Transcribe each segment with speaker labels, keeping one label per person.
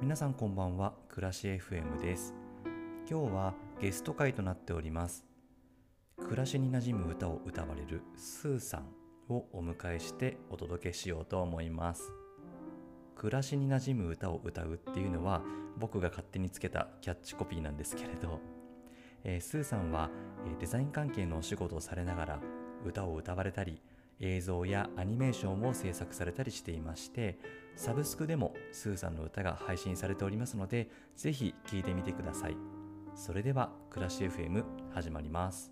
Speaker 1: 皆さんこんばんは暮らし FM です今日はゲスト会となっております暮らしに馴染む歌を歌われるスーさんをお迎えしてお届けしようと思います暮らしに馴染む歌を歌うっていうのは僕が勝手につけたキャッチコピーなんですけれど、えースーさんはえーデザイン関係のお仕事をされながら歌を歌われたり映像やアニメーションを制作されたりしていましてサブスクでもスーさんの歌が配信されておりますのでぜひ聴いてみてくださいそれでは「暮らし FM」始まります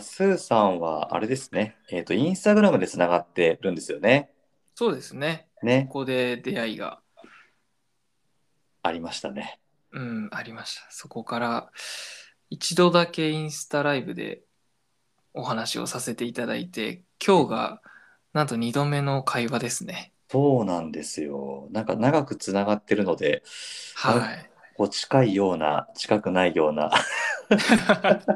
Speaker 1: スーさんはあれですねえっ、とインスタグラムでつながってるんですよね
Speaker 2: そうですね。
Speaker 1: ね
Speaker 2: ここで出会いが、
Speaker 1: ありましたね
Speaker 2: うん、ありました。そこから、一度だけインスタライブでお話をさせていただいて、今日が、なんと2度目の会話ですね。
Speaker 1: そうなんですよなんか長くつながってるので
Speaker 2: は
Speaker 1: こう近いような近くないような
Speaker 2: い。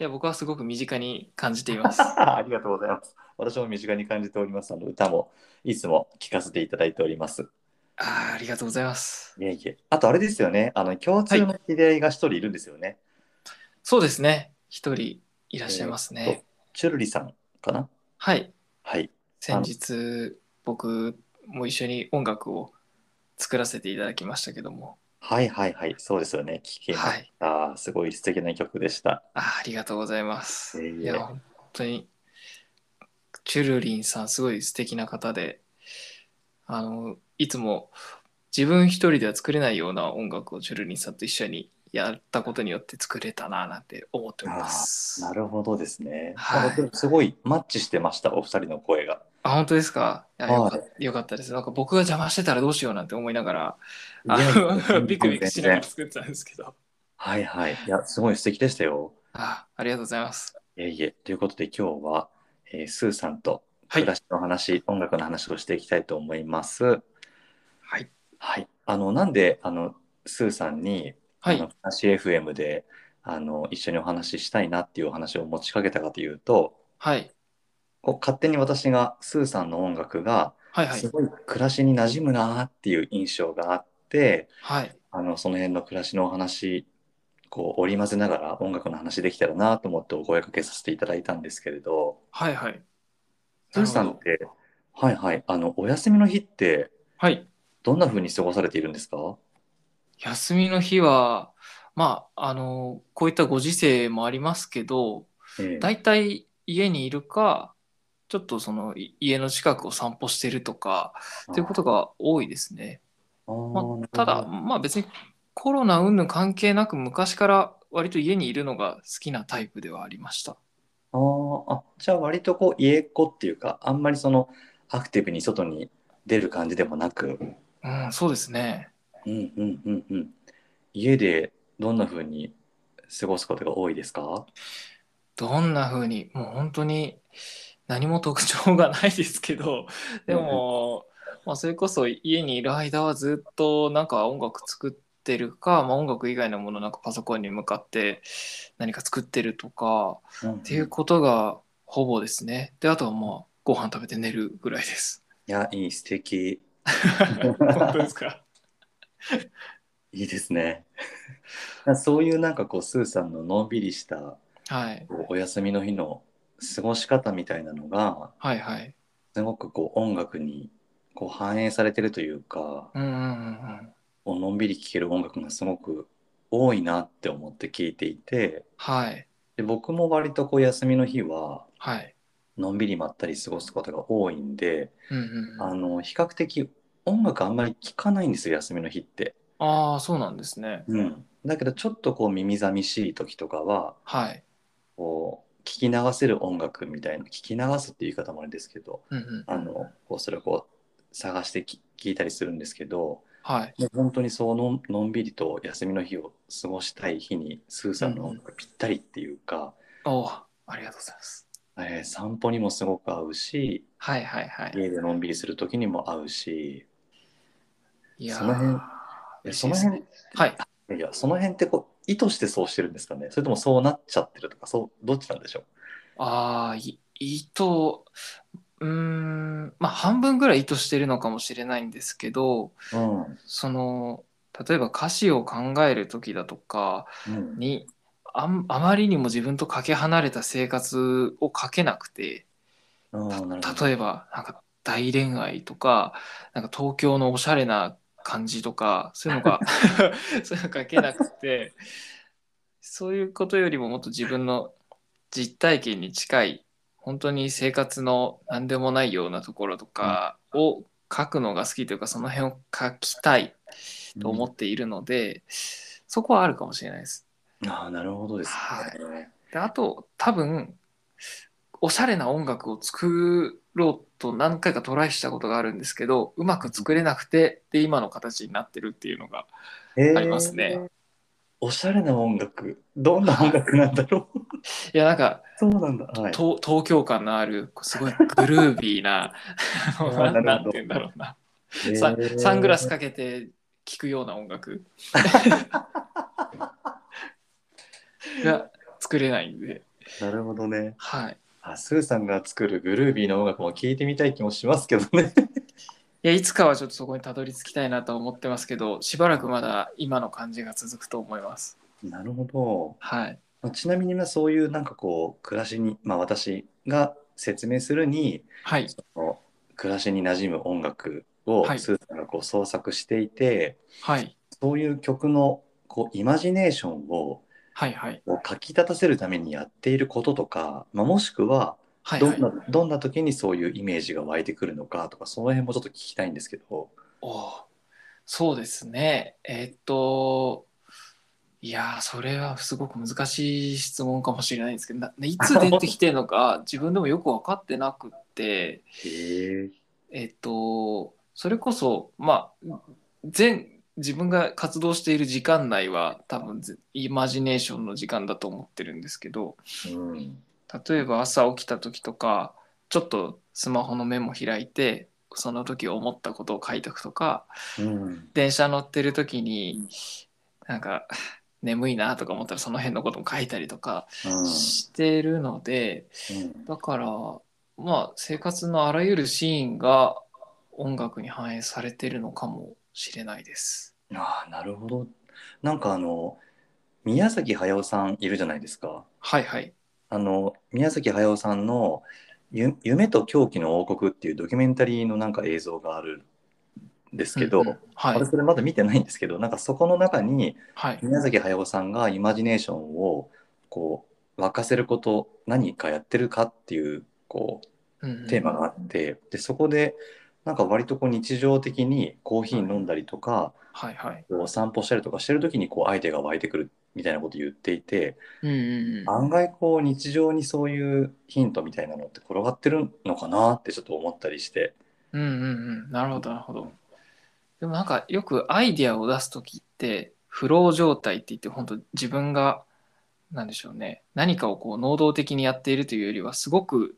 Speaker 2: いや、僕はすごく身近に感じてい ます。
Speaker 1: ありがとうございます私も身近に感じておりますあの歌もいつも聴かせていただいております
Speaker 2: あーありがとうございます。
Speaker 1: いえいえ。あとあれですよね。あの共通の知り合いが一人いるんですよね。
Speaker 2: そうですね。一人いらっしゃいます
Speaker 1: えーっ
Speaker 2: ね
Speaker 1: と。チュルリさんかな。
Speaker 2: はい。
Speaker 1: はい。
Speaker 2: 先日、僕も一緒に音楽を作らせていただきましたけども、
Speaker 1: はいはいはい。そうですよね。聞きました。すごい素敵な曲でした。
Speaker 2: あありがとうございます。
Speaker 1: いえいえ
Speaker 2: いや、本当に、チュルリンさん、すごい素敵な方で、あの、いつも自分一人では作れないような音楽をチュルリンさんと一緒にやったことによって作れたな、なんて思っております。
Speaker 1: なるほどですね。
Speaker 2: はい
Speaker 1: あのすごいマッチしてました。お二人の声が。
Speaker 2: あ、本当ですかいや
Speaker 1: はい
Speaker 2: よかよかったです。なんか僕が邪魔してたらどうしようなんて思いながら、あ
Speaker 1: いや
Speaker 2: の
Speaker 1: 全然
Speaker 2: ビクビクしな
Speaker 1: 全
Speaker 2: がら
Speaker 1: 然
Speaker 2: 作ってたんですけど。
Speaker 1: はいはい。いや、すごい素敵でしたよ。
Speaker 2: あありがとうございます。
Speaker 1: いえいえ。ということで今日は、えースーさんと
Speaker 2: はい
Speaker 1: 暮らしの話、音楽の話をしていきたいと思います。
Speaker 2: はい。
Speaker 1: はい。あの、なんで、あの、スーさんに、
Speaker 2: は
Speaker 1: あの
Speaker 2: い。
Speaker 1: 話 FM であの一緒にお話ししたいなっていうお話を持ちかけたかというと
Speaker 2: はい。
Speaker 1: こう勝手に私がスーさんの音楽が
Speaker 2: はい。はい
Speaker 1: す。ごい暮らしに馴染むなっていう印象があって、
Speaker 2: はい。
Speaker 1: あのその辺の暮らしのお話こう織り交ぜながら音楽の話できたらなと思ってお声かけさせていただいたんですけれど
Speaker 2: はい。はい。
Speaker 1: スーさんってはいはいあのお休みの日って
Speaker 2: はい。
Speaker 1: どんな風に過ごされているんですか
Speaker 2: 休みの日は、まあ、あの、こういったご時世もありますけど、
Speaker 1: ええ
Speaker 2: だいたい家にいるか、ちょっとそのい家の近くを散歩してるとか、っていうことが多いですね。
Speaker 1: あー
Speaker 2: まあ、た
Speaker 1: な
Speaker 2: だ、
Speaker 1: るほ
Speaker 2: まあ別にコロナ云々関係なく昔から割と家にいるのが好きなタイプではありました。
Speaker 1: あーあ、じゃあ割とこう家っ子っていうか、あんまりそのアクティブに外に出る感じでもなく、
Speaker 2: うん、そうですね。
Speaker 1: うんうんうんうん。家でどんな風に過ごすことが多いですか
Speaker 2: どんな風に、もう本当に何も特徴がないですけど、でも、まあ、それこそ家にいる間はずっとなんか音楽作ってるか、まあ、音楽以外のものなんかパソコンに向かって何か作ってるとか
Speaker 1: うんうん
Speaker 2: っていうことがほぼですね。であとはまあご飯食べて寝るぐらいです。
Speaker 1: いや、いい、素敵。
Speaker 2: 本当ですか
Speaker 1: いいですね。 そういうなんかこう、スーさんののんびりした
Speaker 2: はい
Speaker 1: こうお休みの日の過ごし方みたいなのが、
Speaker 2: はいはい。
Speaker 1: すごくこう音楽にこう反映されてるというか、
Speaker 2: うんうんうんうん。
Speaker 1: こうのんびり聴ける音楽がすごく多いなって思って聞いていて
Speaker 2: はい
Speaker 1: で僕も割とこう休みの日は
Speaker 2: はい。
Speaker 1: のんびりまったり過ごすことが多いんで、
Speaker 2: うんうんうん、
Speaker 1: あの比較的音楽あんまり聴かないんですよ休みの日って、
Speaker 2: ああそうなんですね。
Speaker 1: うん、だけどちょっとこう耳寂しい時とかは
Speaker 2: はい。
Speaker 1: こう聞き流せる音楽みたいな聞き流すっていう言い方もあれですけど
Speaker 2: うんうん、
Speaker 1: あのこうそれをこう探してき聞いたりするんですけど
Speaker 2: はい。
Speaker 1: もう本当にそうのんのんびりと休みの日を過ごしたい日にスーさんの音楽ぴったりっていうか、
Speaker 2: おーありがとうございます。
Speaker 1: えー散歩にもすごく合うし
Speaker 2: はいはいはい。
Speaker 1: 家でのんびりする時にも合うし
Speaker 2: いやー
Speaker 1: その辺
Speaker 2: 嬉し
Speaker 1: そ
Speaker 2: い
Speaker 1: の
Speaker 2: です
Speaker 1: 辺
Speaker 2: ね。はい。
Speaker 1: いやその辺ってこう意図してそうしてるんですかねそれともそうなっちゃってるとかそうどっちなんでしょ
Speaker 2: ああ、い意図、うーん、まあ、半分ぐらい意図してるのかもしれないんですけど
Speaker 1: うん
Speaker 2: その例えば歌詞を考える時だとか
Speaker 1: うん
Speaker 2: にあんあまりにも自分とかけ離れた生活をかけなくて
Speaker 1: うん
Speaker 2: た
Speaker 1: なるほど
Speaker 2: 例えばなんか大恋愛とかなんか東京のおしゃれな感じとかそういう のが そういうの書けなくてそういうことよりももっと自分の実体験に近い本当に生活の何でもないようなところとかを書くのが好きというかその辺を書きたいと思っているので、そこはあるかもしれないです。
Speaker 1: ああなるほどですね。
Speaker 2: であと多分おしゃれな音楽を作ろうと何回かトライしたことがあるんですけどうまく作れなくてで今の形になってるっていうのが
Speaker 1: えー
Speaker 2: ありますね。
Speaker 1: おしゃれな音楽どんな音楽なんだろ う
Speaker 2: いやなんか、
Speaker 1: そうなんだ。はい。
Speaker 2: と東京感のあるこうすごいグルービーなあの
Speaker 1: あーなるほど
Speaker 2: なんて言うんだろうな、
Speaker 1: えー
Speaker 2: サンサングラスかけて聴くような 音楽が作れないんで
Speaker 1: なるほどね。
Speaker 2: はい。
Speaker 1: あスーさんが作るグルービーの音楽も聴いてみたい気もしますけどね。
Speaker 2: いやいつかはちょっとそこにたどり着きたいなと思ってますけどしばらくまだ今の感じが続くと思います
Speaker 1: なるほど。
Speaker 2: はい
Speaker 1: まあちなみにまあそういうなんかこう暮らしに、まあ、私が説明するに
Speaker 2: はい
Speaker 1: その暮らしに馴染む音楽を
Speaker 2: はい
Speaker 1: スーさんがこう創作していて、
Speaker 2: はい
Speaker 1: そういう曲のこうイマジネーションを
Speaker 2: はいはい
Speaker 1: こうかき立たせるためにやっていることとか、まあ、もしくは
Speaker 2: はい
Speaker 1: ど
Speaker 2: は
Speaker 1: ん
Speaker 2: い
Speaker 1: な、どんな時にそういうイメージが湧いてくるのかとかその辺もちょっと聞きたいんですけど。
Speaker 2: おーそうですねえーっといやーそれはすごく難しい質問かもしれないんですけどなないつ出てきてるのか自分でもよく分かってなくって
Speaker 1: へ
Speaker 2: えっと、それこそ、まあ、全、自分が活動している時間内は多分ぜイマジネーションの時間だと思ってるんですけど
Speaker 1: うん
Speaker 2: 例えば朝起きた時とかちょっとスマホのメモ開いてその時思ったことを書いとくとか
Speaker 1: うん
Speaker 2: 電車乗ってる時になんか眠いなとか思ったらその辺のことも書いたりとか
Speaker 1: うん
Speaker 2: してるので、
Speaker 1: うん
Speaker 2: だからまあ生活のあらゆるシーンが音楽に反映されてるのかもしれないです。
Speaker 1: ああなるほどなんかあの宮崎駿さんいるじゃないですか
Speaker 2: はいはい
Speaker 1: あの宮崎駿さんのゆ「夢と狂気の王国」っていうドキュメンタリーのなんか映像があるんですけど、
Speaker 2: うんうんは
Speaker 1: あれ
Speaker 2: い
Speaker 1: それまだ見てないんですけどなんかそこの中に
Speaker 2: はい
Speaker 1: 宮崎駿さんがイマジネーションをこう沸かせること何かやってるかっていうこ
Speaker 2: うんう
Speaker 1: うんテーマがあって、でそこでなんか割とこう日常的にコーヒー飲んだりとか、
Speaker 2: はいはい。
Speaker 1: こう散歩したりとかしてる時にこうアイデアが湧いてくるみたいなこと言っていて
Speaker 2: うんうんうん。
Speaker 1: 案外こう日常にそういうヒントみたいなのって転がってるのかなってちょっと思ったりして
Speaker 2: うんうんうん。なるほどなるほど。でもなんかよくアイディアを出す時ってフロー状態って言って本当自分がなんでしょうね何かをこう能動的にやっているというよりはすごく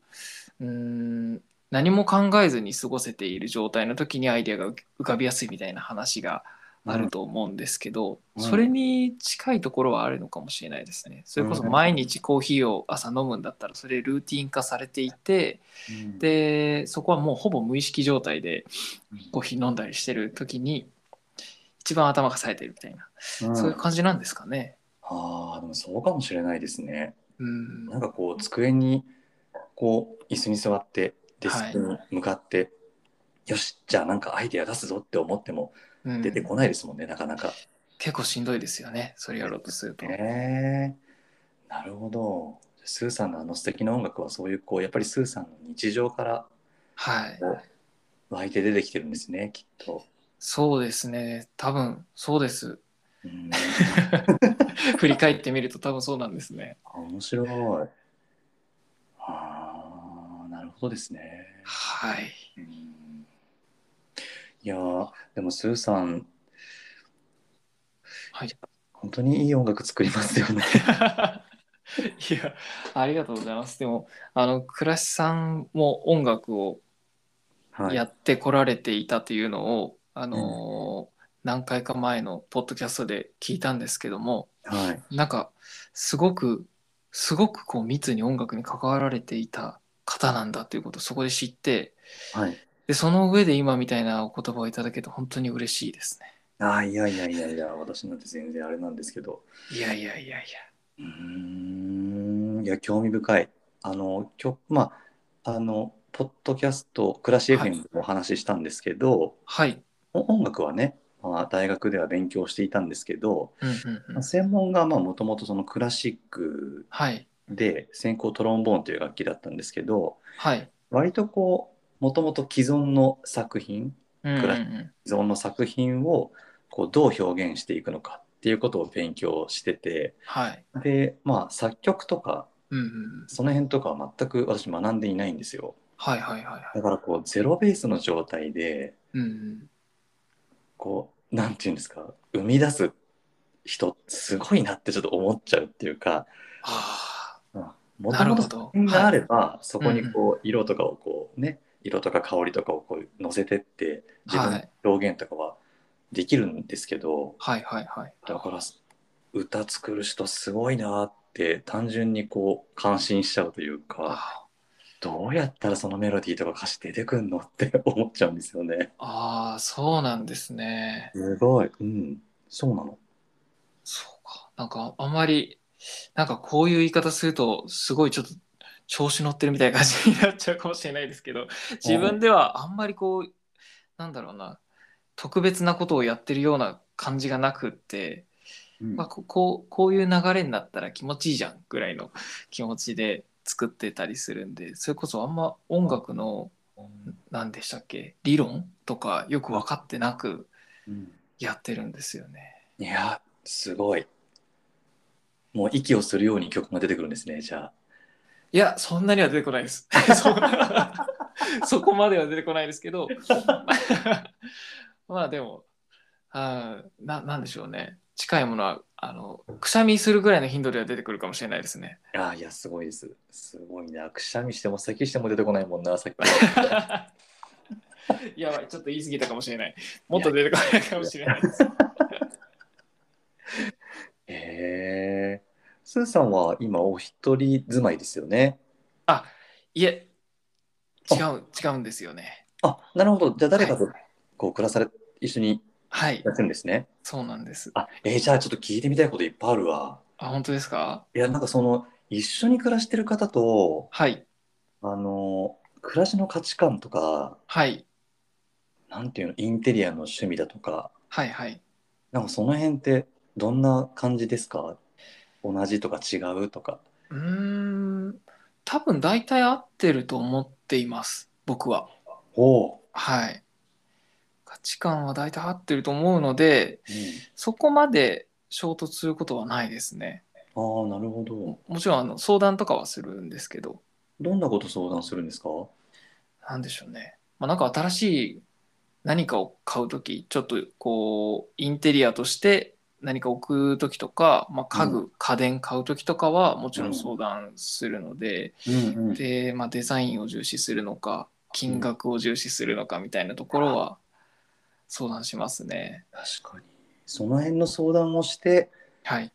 Speaker 2: うーん何も考えずに過ごせている状態の時にアイデアが浮浮かびやすいみたいな話があると思うんですけど、
Speaker 1: うん
Speaker 2: それに近いところはあるのかもしれないですね。それこそ
Speaker 1: うん
Speaker 2: 毎日コーヒーを朝飲むんだったらそれルーティン化されていてでそこはもうほぼ無意識状態でコーヒー飲んだりしてる時に一番頭が冴えてるみたいな、
Speaker 1: うん
Speaker 2: そういう感じなんですかね。
Speaker 1: あーでもそうかもしれないですね。
Speaker 2: うん
Speaker 1: なんかこう机にこう椅子に座ってデスクに向かって、よしじゃあなんかアイデア出すぞって思っても
Speaker 2: うん
Speaker 1: 出てこないですもんね、なかなか。
Speaker 2: 結構しんどいですよねそれやろうとすると。
Speaker 1: へえなるほど。スーさんのあの素敵な音楽はそういうこうやっぱりスーさんの日常から
Speaker 2: はい
Speaker 1: こう湧いて出てきてるんですねきっと。
Speaker 2: そうですね多分そうです
Speaker 1: うん
Speaker 2: 振り返ってみると多分そうなんですね。
Speaker 1: あ面白い。ああなるほどですね。
Speaker 2: はい。
Speaker 1: う んいやーでもスーさん
Speaker 2: はい、い
Speaker 1: 本当にいい音楽作りますよね。
Speaker 2: やありがとうございます。でもあの倉石さんも音楽を
Speaker 1: はい、
Speaker 2: やってこられていたというのを、あのー何回か前のポッドキャストで聞いたんですけども
Speaker 1: はい、
Speaker 2: なんかすごくすごくこう密に音楽に関わられていた方なんだということをそこで知って
Speaker 1: はい、
Speaker 2: で、その上で今みたいなお言葉をいただけて本当に嬉しいですね。
Speaker 1: ああ、いやいやいやいや、私なんて全然あれなんですけど。
Speaker 2: いやいやいやいう
Speaker 1: ーん、いや、興味深い。あの、きょまあ、あの、ポッドキャスト、暮らし
Speaker 2: はい
Speaker 1: FM でもお話ししたんですけど、
Speaker 2: や。はい。
Speaker 1: お音楽はね、まあ、大学では勉強していたんですけど、
Speaker 2: うんうん
Speaker 1: ま
Speaker 2: う
Speaker 1: あ
Speaker 2: ん。
Speaker 1: 専門がもともとそのクラシック
Speaker 2: はい。
Speaker 1: で専攻トロンボーンという楽器だったんですけど
Speaker 2: はい。
Speaker 1: 割とこうもともと既存の作品
Speaker 2: うんうん
Speaker 1: クラ
Speaker 2: うん。
Speaker 1: 既存の作品をこうどう表現していくのかっていうことを勉強してて
Speaker 2: はい。
Speaker 1: でまあ作曲とか
Speaker 2: うんうんうん。
Speaker 1: その辺とかは全く私学んでいないんですよ
Speaker 2: はいはいはいはい。
Speaker 1: だからこうゼロベースの状態で
Speaker 2: うんうん。
Speaker 1: こうなんていうんですか生み出す人すごいなってちょっと思っちゃうっていうか
Speaker 2: あ
Speaker 1: も
Speaker 2: な
Speaker 1: と
Speaker 2: る
Speaker 1: も
Speaker 2: ほ
Speaker 1: と
Speaker 2: ど
Speaker 1: 作品があれば、そこにこう色とかをこうね、色とか香りとかをこう乗せてって自
Speaker 2: は
Speaker 1: 分の
Speaker 2: い
Speaker 1: 表現とかはできるんですけど、
Speaker 2: あ。はいはいはい。
Speaker 1: だから歌作る人すごいなって単純にこう感心しちゃうというか
Speaker 2: あ
Speaker 1: どうやったらそのメロディーとか歌詞出てくんのって思っちゃうんですよね。
Speaker 2: あー、そうなんですね。
Speaker 1: すごい、うん、そうなの。
Speaker 2: そうか。なんかあんまり、なんかこういう言い方すると、すごいちょっと調子乗ってるみたいな感じになっちゃうかもしれないですけど、自分ではあんまりこう、なんだろうな、特別なことをやってるような感じがなくって、
Speaker 1: うん
Speaker 2: まあ、ここうこういう流れになったら気持ちいいじゃんぐらいの気持ちで作ってたりするんで、それこそあんま音楽の、何でしたっけ、理論とかよく分かってなく
Speaker 1: うん
Speaker 2: やってるんですよね。
Speaker 1: いやすごい。もう息をするように曲が出てくるんですねじゃあ。
Speaker 2: いや、そんなには出てこない です。そんなそこまでは出てこないですけど、 まあでも、あーななんでしょうね。近いものは、あの、くしゃみするぐらいの頻度では出てくるかもしれないですね。
Speaker 1: ああ、いや、すごいです。すごいな。くしゃみしても咳しても出てこないもんな、さっき。
Speaker 2: やばい、ちょっと言い過ぎたかもしれない。もっと出てこないかもしれないです。
Speaker 1: へえ。スーさんは今、お一人住まいですよね。
Speaker 2: いえ、違う、違うんですよね。
Speaker 1: あ、なるほど。じゃあ、誰かと
Speaker 2: はい
Speaker 1: こう暮らされ、一緒に
Speaker 2: はい
Speaker 1: や、ってるんですね。
Speaker 2: そうなんです。
Speaker 1: あ、えーじゃあ、ちょっと聞いてみたいこといっぱいあるわ。
Speaker 2: あ、本当ですか
Speaker 1: いや、なんかその、一緒に暮らしてる方と、
Speaker 2: はい、
Speaker 1: あの、暮らしの価値観とか、
Speaker 2: はい、
Speaker 1: なんていうの、インテリアの趣味だとか、
Speaker 2: はい、はい。
Speaker 1: なんかその辺って、どんな感じですか同じとか違うとか。
Speaker 2: うーん、多分大体合ってると思っています、僕は。
Speaker 1: おう。
Speaker 2: はい。価値観は大体合ってると思うので、
Speaker 1: うん
Speaker 2: そこまで衝突することはないですね。
Speaker 1: ああ、なるほど。
Speaker 2: もちろんあの相談とかはするんですけど、
Speaker 1: どんなこと相談するんですか
Speaker 2: なんでしょうね。まあ、なんか新しい何かを買うとき、ちょっとこう、インテリアとして何か置くときとか、まあ、家具、家電買うときとかはもちろん相談するので、
Speaker 1: うんうん。
Speaker 2: で、まあ、デザインを重視するのか金額を重視するのかみたいなところは相談しますね。
Speaker 1: 確かに。その辺の相談をして、
Speaker 2: はい。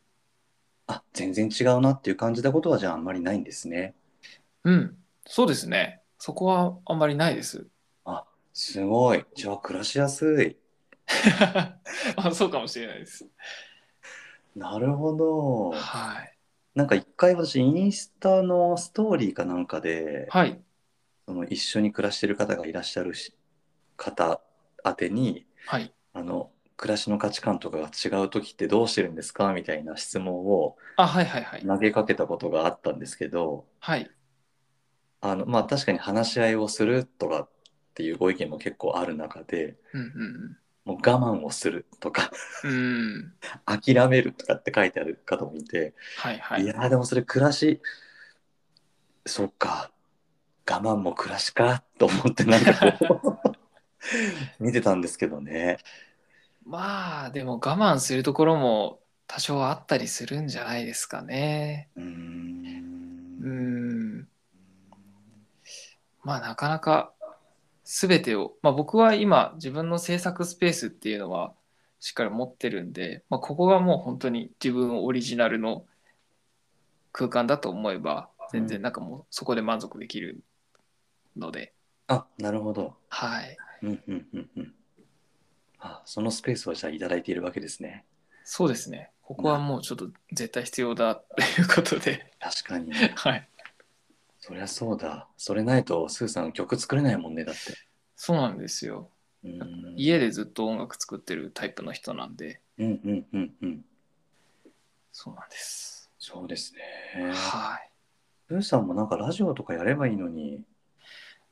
Speaker 1: あ、全然違うなっていう感じたことは、じゃああんまりないんですね。
Speaker 2: うん。そうですね。そこはあんまりないです。
Speaker 1: あ、すごい。じゃあ暮らしやすい。
Speaker 2: あそうかもしれないです。
Speaker 1: なるほど。
Speaker 2: はい。
Speaker 1: なんか一回私、インスタのストーリーかなんかで、
Speaker 2: はい。
Speaker 1: その一緒に暮らしてる方がいらっしゃるし方宛てに、
Speaker 2: はい。
Speaker 1: あの、暮らしの価値観とかが違う時ってどうしてるんですかみたいな質問を
Speaker 2: あ、はいはいはい。
Speaker 1: 投げかけたことがあったんですけど、
Speaker 2: はい。
Speaker 1: あの、まあ確かに話し合いをするとかっていうご意見も結構ある中で、
Speaker 2: うん
Speaker 1: もう我慢をするとか、
Speaker 2: うんうん。うん。
Speaker 1: 諦めるとかって書いてある方もいて、
Speaker 2: はいはいい。
Speaker 1: やーでもそれ暮らし、そっか、我慢も暮らしかと思ってなんかこ う、見てたんですけどね。
Speaker 2: まあ、でも我慢するところも多少あったりするんじゃないですかね。
Speaker 1: うー。
Speaker 2: うんん。まあなかなか全てを、まあ、僕は今自分の制作スペースっていうのはしっかり持ってるんで、まあ、ここがもう本当に自分オリジナルの空間だと思えば全然なんかもうそこで満足できるので、
Speaker 1: あ、なるほど。
Speaker 2: はい。
Speaker 1: うんうんうんうん。あ、そのスペースをじゃあいただいているわけですね。
Speaker 2: そうですね。ここはもうちょっと絶対必要だっていうことで、
Speaker 1: 確かに。
Speaker 2: はい。
Speaker 1: そりゃそうだ。それないと、スーさん曲作れないもんね、だって。
Speaker 2: そうなんですよ。
Speaker 1: うん
Speaker 2: 家でずっと音楽作ってるタイプの人なんで、
Speaker 1: うんうんうんうん。
Speaker 2: そうなんです。
Speaker 1: そうですね。
Speaker 2: はい。
Speaker 1: スーさんもなんかラジオとかやればいいのに。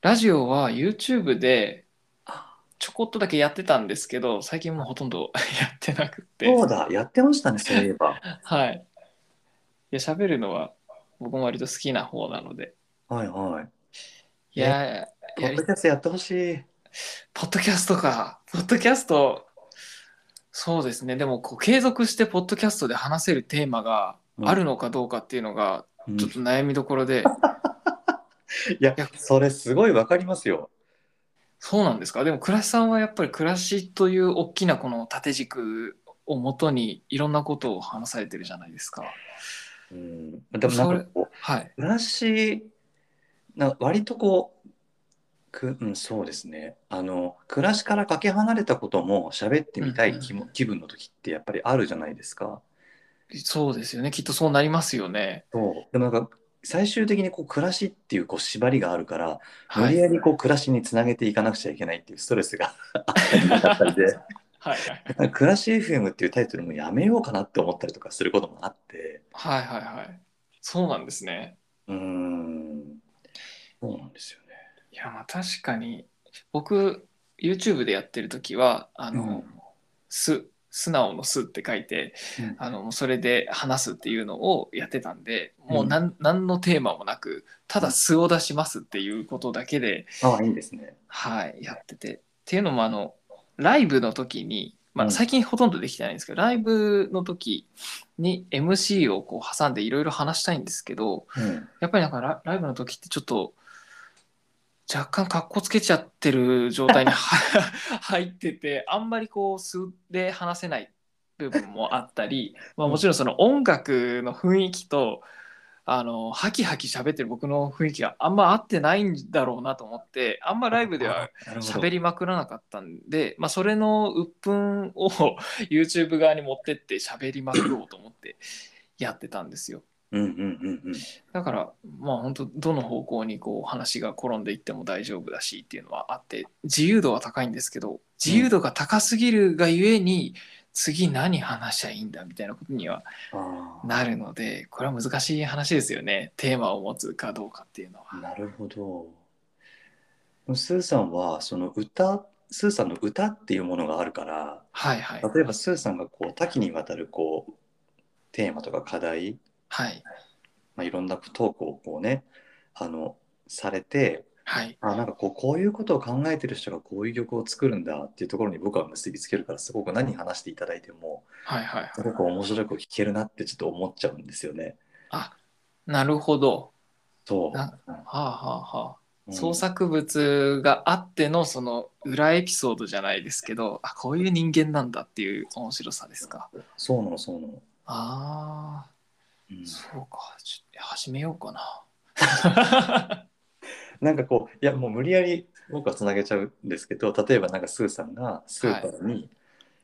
Speaker 2: ラジオは YouTube で
Speaker 1: あ
Speaker 2: ちょこっとだけやってたんですけど、最近もうほとんど やってなくて、
Speaker 1: そうだ、やってましたね、そういえば。
Speaker 2: はい。いや、喋るのは僕も割と好きな方なので、
Speaker 1: はいはい。
Speaker 2: いや、
Speaker 1: ポ
Speaker 2: や
Speaker 1: ッ
Speaker 2: り
Speaker 1: ドキャストやってほしい。
Speaker 2: ポッドキャストか。ポッドキャスト、そうですね。でも、こう継続してポッドキャストで話せるテーマが
Speaker 1: うん
Speaker 2: あるのかどうかっていうのが、
Speaker 1: うん
Speaker 2: ちょっと悩みどころで、
Speaker 1: いや
Speaker 2: いや、
Speaker 1: それすごいわかりますよ。
Speaker 2: そうなんですか。でも、暮らしさんはやっぱり暮らしという大きなこの縦軸をもとに、いろんなことを話されてるじゃないですか。
Speaker 1: うん、でもなんかこう、
Speaker 2: はい。
Speaker 1: 暮らし、な割とこう、くうん、そうですね。あの、暮らしからかけ離れたことも喋ってみたい気も、気分の時ってやっぱりあるじゃないですか。
Speaker 2: そうですよね。きっとそうなりますよね。
Speaker 1: そう。でもなんか、最終的にこう、暮らしっていうこう縛りがあるから、無
Speaker 2: は
Speaker 1: 理
Speaker 2: い。
Speaker 1: やりこう、暮らしにつなげていかなくちゃいけないっていうストレスが あったりなかったりで。
Speaker 2: はい。
Speaker 1: なんか暮らし FM っていうタイトルもやめようかなって思ったりとかすることもあって、
Speaker 2: はい。はい。はい。そうなんですね。
Speaker 1: うーん、そうなんですよね。
Speaker 2: いやまあ確かに僕 YouTube でやってる時はあの、
Speaker 1: うん
Speaker 2: す素直の「す」って書いて
Speaker 1: うん
Speaker 2: あのもうそれで話すっていうのをやってたんでもう
Speaker 1: うん
Speaker 2: 何,、ん、何のテーマもなくただ「素」を出しますっていうことだけで、
Speaker 1: ああ、いいですね。
Speaker 2: はい、やっててっていうのもあのライブの時に、ま
Speaker 1: う
Speaker 2: あ、
Speaker 1: ん
Speaker 2: 最近ほとんどできてないんですけど、ライブの時に MC をこう挟んでいろいろ話したいんですけど、
Speaker 1: うん、
Speaker 2: やっぱりなんかラライブの時ってちょっと若干かっこつけちゃってる状態に は入っててあんまりこう素で話せない部分もあったり、まあ、もちろんその音楽の雰囲気とあのハキハキ喋ってる僕の雰囲気があんま合ってないんだろうなと思ってあんまライブでは
Speaker 1: あなるほど
Speaker 2: 喋りまくらなかったんで、まあ、それの鬱憤を YouTube 側に持ってって喋りまくろうと思って やってたんですよ。
Speaker 1: うんうんうんうん。
Speaker 2: だからまあ本当どの方向にこう話が転んでいっても大丈夫だしっていうのはあって自由度は高いんですけど自由度が高すぎるがゆえに次何話しちゃいいんだみたいなことには
Speaker 1: あ
Speaker 2: なるのでこれは難しい話ですよねテーマを持つかどうかっていうの
Speaker 1: あ、
Speaker 2: は。
Speaker 1: なるほど。スーさんは、その歌、スーさんの歌っていうものがあるから、
Speaker 2: はいはい
Speaker 1: 例えばスーさんがこう多岐にわたるこうテーマとか課題、
Speaker 2: はい
Speaker 1: まあ、いろんなトークをこうね、あの、されて、
Speaker 2: はい
Speaker 1: あなんかこうこういうことを考えてる人がこういう曲を作るんだっていうところに僕は結びつけるからすごく何話していただいても
Speaker 2: はいはい
Speaker 1: すごく面白く聞けるなってちょっと思っちゃうんですよね。
Speaker 2: あなるほど
Speaker 1: そう。
Speaker 2: なはあはあはあ
Speaker 1: うん
Speaker 2: 創作物があってのその裏エピソードじゃないですけどあこういう人間なんだっていう面白さですか。
Speaker 1: そうなのそうなの。
Speaker 2: ああ、
Speaker 1: うん
Speaker 2: そうか。ちょっと始めようか な。
Speaker 1: なんかこういやもう無理やり僕はつなげちゃうんですけど例えばなんかスーさんがスーパーに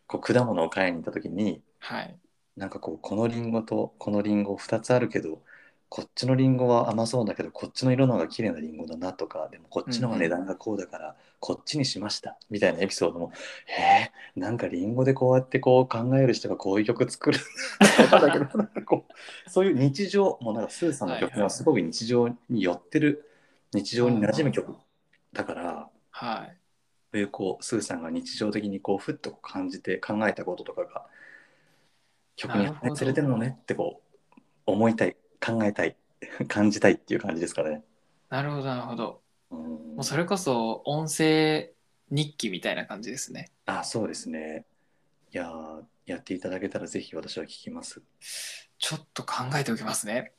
Speaker 1: こう果物を買いに行った時に、
Speaker 2: はい。
Speaker 1: なんかこうこのリンゴとこのリンゴ2つあるけどこっちのリンゴは甘そうだけどこっちの色の方が綺麗なリンゴだなとかでもこっちの方が値段がこうだからこっちにしましたみたいなエピソードもへえなんかリンゴでこうやってこう考える人がこういう曲作る だけどなんかこうそういう日常もうなんかスーさんの
Speaker 2: はい
Speaker 1: 曲
Speaker 2: は
Speaker 1: はいすごく日常に寄ってる日常に馴染む曲だから。
Speaker 2: はい。
Speaker 1: そういうこうスーさんが日常的にこうふっとこう感じて考えたこととかが曲に
Speaker 2: なるほ
Speaker 1: 連
Speaker 2: ど
Speaker 1: れてるのねってこう思いたい考えたい 感じたいっていう感じですかね。
Speaker 2: なるほど、なるほど。
Speaker 1: うん
Speaker 2: もうそれこそ音声日記みたいな感じですね。
Speaker 1: あそうですね。いやーやっていただけたらぜひ私は聞きます。
Speaker 2: ちょっと考えておきますね。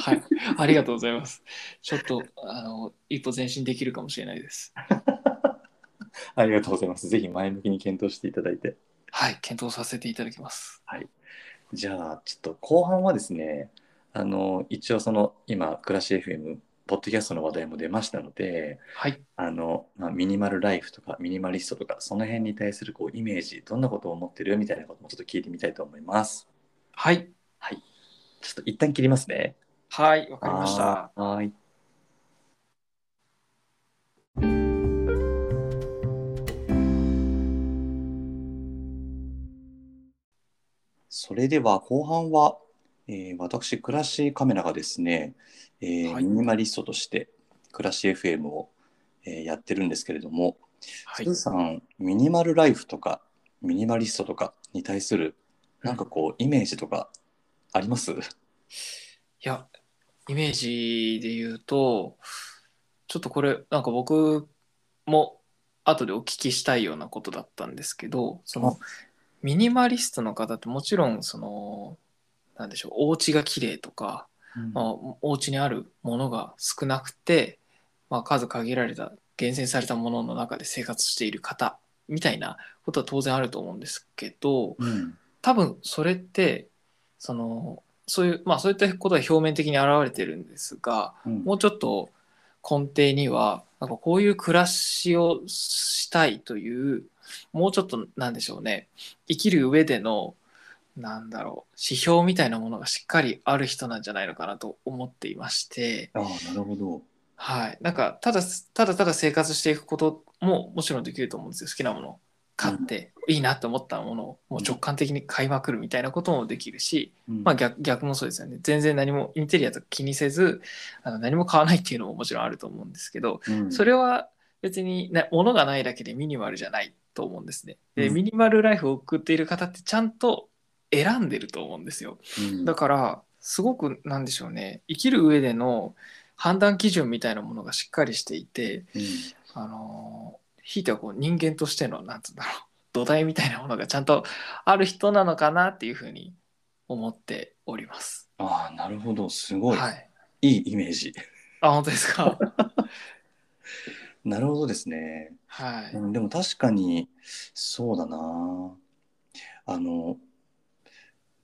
Speaker 2: はい。ありがとうございます。ちょっと、あの、一歩前進できるかもしれないです。
Speaker 1: ありがとうございます。ぜひ前向きに検討していただいて。
Speaker 2: はい。検討させていただきます。
Speaker 1: じゃあちょっと後半はですねあの一応その今「暮らし FM」ポッドキャストの話題も出ましたので、
Speaker 2: はい。
Speaker 1: あの、まあ、ミニマルライフとかミニマリストとか、その辺に対するこうイメージ、どんなことを思ってるみたいなこともちょっと聞いてみたいと思います。
Speaker 2: はい。
Speaker 1: ちょっと一旦切りますね。
Speaker 2: はい。わかりました。
Speaker 1: はーい。それでは後半は、えー私、暮らしカメラがですね、えー
Speaker 2: はい
Speaker 1: ミニマリストとして暮らし FM を、えーやってるんですけれども、
Speaker 2: はい
Speaker 1: スー。さん、ミニマルライフとか、ミニマリストとかに対する、なんかこう、イメージとかあります
Speaker 2: いや、イメージで言うと、ちょっとこれ、なんか僕も後でお聞きしたいようなことだったんですけど、そのミニマリストの方ってもちろん、その、なんでしょう、お家が綺麗とか、まあ、お家にあるものが少なくて、まあ、数限られた厳選されたものの中で生活している方みたいなことは当然あると思うんですけど
Speaker 1: うん
Speaker 2: 多分それってそのそういうまあそういったことは表面的に現れてるんですが
Speaker 1: うん
Speaker 2: もうちょっと根底にはなんかこういう暮らしをしたいというもうちょっとなんでしょうね生きる上でのなんだろう指標みたいなものがしっかりある人なんじゃないのかなと思っていまして、
Speaker 1: ああ、なるほど。
Speaker 2: はい、なんかただただただ生活していくことももちろんできると思うんですよ好きなものを買って、いいなと思ったものをもう直感的に買いまくるみたいなこともできるし、
Speaker 1: うん
Speaker 2: まあ、逆逆もそうですよね全然何もインテリアとか気にせずあの何も買わないっていうのももちろんあると思うんですけど
Speaker 1: うん
Speaker 2: それは別にな物がないだけでミニマルじゃないと思うんですね。で
Speaker 1: うん
Speaker 2: ミニマルライフを送っている方ってちゃんと選んでると思うんですよ。
Speaker 1: うん
Speaker 2: だからすごくなんでしょうね生きる上での判断基準みたいなものがしっかりしていて
Speaker 1: うん
Speaker 2: あのひいてはこう人間としてのなんつうんだろう 土台みたいなものがちゃんとある人なのかなっていうふうに思っております。
Speaker 1: ああ、なるほど。すごい。
Speaker 2: はい。
Speaker 1: いいイメージ。
Speaker 2: あ本当ですか。
Speaker 1: なるほどですね。
Speaker 2: は
Speaker 1: う
Speaker 2: い。
Speaker 1: ん、でも確かに、そうだな。あの、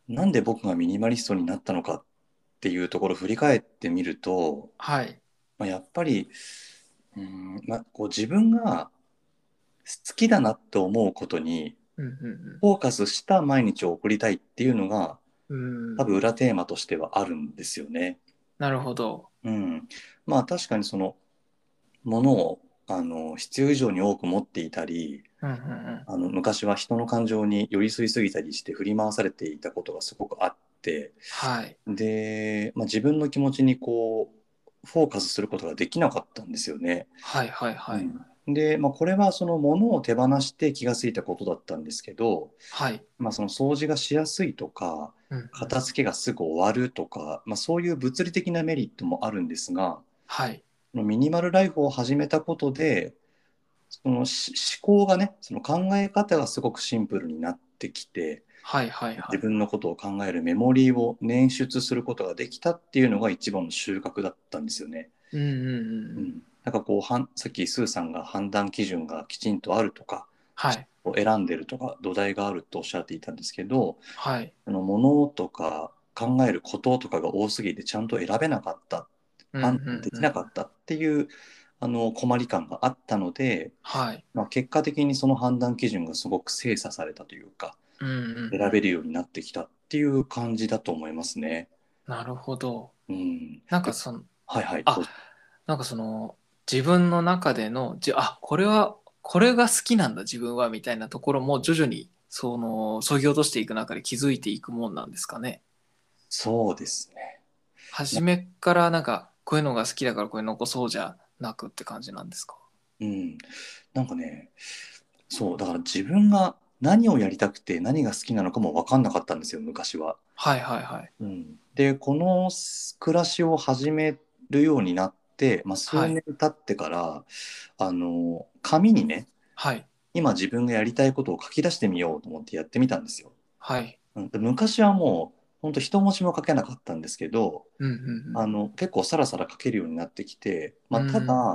Speaker 1: なんで僕がミニマリストになったのかっていうところを振り返ってみると、
Speaker 2: はい。
Speaker 1: まあ、やっぱり、うんまあ、こう自分が好きだなと思うことに
Speaker 2: うんうん
Speaker 1: フォーカスした毎日を送りたいっていうのが
Speaker 2: うん。うん
Speaker 1: 多。分裏テーマとしてはあるんですよね。
Speaker 2: なるほど。
Speaker 1: うん、まあ確かにそのものをあの必要以上に多く持っていたり
Speaker 2: うんうんうん。
Speaker 1: あの昔は人の感情に寄り添いすぎたりして振り回されていたことがすごくあって
Speaker 2: はい。
Speaker 1: で、まあ、自分の気持ちにこうフォーカスすることができなかったんですよね。
Speaker 2: はいはいはい。
Speaker 1: うんで、まあ、これはそのものを手放して気がついたことだったんですけど、
Speaker 2: はい。
Speaker 1: まあ、その掃除がしやすいとか
Speaker 2: うんうん
Speaker 1: 片付けがすぐ終わるとか、まあ、そういう物理的なメリットもあるんですが。
Speaker 2: はい。
Speaker 1: ミニマルライフを始めたことでそのし思考がねその考え方がすごくシンプルになってきて
Speaker 2: はいはいは
Speaker 1: 自
Speaker 2: い。
Speaker 1: 分のことを考えるメモリーを捻出することができたっていうのが一番の収穫だったんですよね。
Speaker 2: うんうん
Speaker 1: う
Speaker 2: うん。
Speaker 1: ん、なんかこうはんさっきスーさんが判断基準がきちんとあるとか
Speaker 2: はい。
Speaker 1: 選んでるとか土台があるとおっしゃっていたんですけど
Speaker 2: はい。
Speaker 1: その物とか考えることとかが多すぎてちゃんと選べなかった
Speaker 2: うんうん
Speaker 1: 判
Speaker 2: う
Speaker 1: 断
Speaker 2: ん
Speaker 1: できなかったっていう、あの困り感があったので、
Speaker 2: はい。
Speaker 1: まあ、結果的にその判断基準がすごく精査されたというか
Speaker 2: うんうん、
Speaker 1: 選べるようになってきたっていう感じだと思いますね。
Speaker 2: なるほど。
Speaker 1: うん、
Speaker 2: なんかその、
Speaker 1: はいはい。
Speaker 2: あ
Speaker 1: そう
Speaker 2: なんかその、自分の中での、じあ、これは、これが好きなんだ、自分は、みたいなところも徐々に、その、そぎ落としていく中で気づいていくもんなんですかね。
Speaker 1: そうですね。
Speaker 2: 初めからなんか、こういうのが好きだからこれ残そうじゃなくって感じなんですか。
Speaker 1: うん、なんかねそうだから自分が何をやりたくて何が好きなのかも分かんなかったんですよ昔は。
Speaker 2: はいはいはい。
Speaker 1: うん、でこの暮らしを始めるようになって、まあ、数年経ってから、あの紙にね
Speaker 2: はい。
Speaker 1: 今自分がやりたいことを書き出してみようと思ってやってみたんですよ。
Speaker 2: はい。
Speaker 1: うん昔はもう本当一文字も書けなかったんですけど、
Speaker 2: うんうんうん。
Speaker 1: あの結構さらさら書けるようになってきて、まあ、
Speaker 2: うん
Speaker 1: ただ、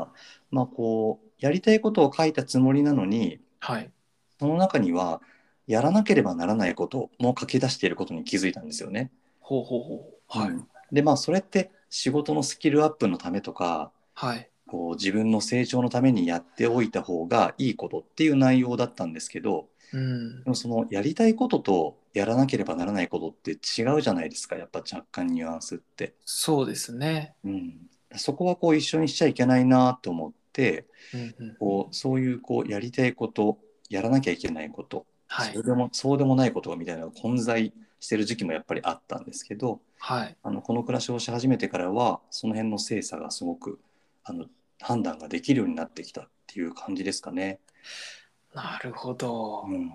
Speaker 1: まあ、こうやりたいことを書いたつもりなのに
Speaker 2: はい。
Speaker 1: その中にはやらなければならないことも書き出していることに気づいたんですよね。
Speaker 2: ほうほうほう。はい。
Speaker 1: うんでまあそれって仕事のスキルアップのためとか
Speaker 2: はい。
Speaker 1: こう自分の成長のためにやっておいた方がいいことっていう内容だったんですけど
Speaker 2: うん
Speaker 1: で。もそのやりたいこととやらなければならないことって違うじゃないですかやっぱ若干ニュアンスって。
Speaker 2: そうですね。
Speaker 1: うん、そこはこう一緒にしちゃいけないなと思って
Speaker 2: うんうん、
Speaker 1: こうそういうこうやりたいことやらなきゃいけないこと、
Speaker 2: はい
Speaker 1: そ。れでもそうでもないことみたいなのが混在してる時期もやっぱりあったんですけど
Speaker 2: はい。
Speaker 1: あのこの暮らしをし始めてからはその辺の精査がすごくあの判断ができるようになってきたっていう感じですかね。
Speaker 2: なるほど。
Speaker 1: うん、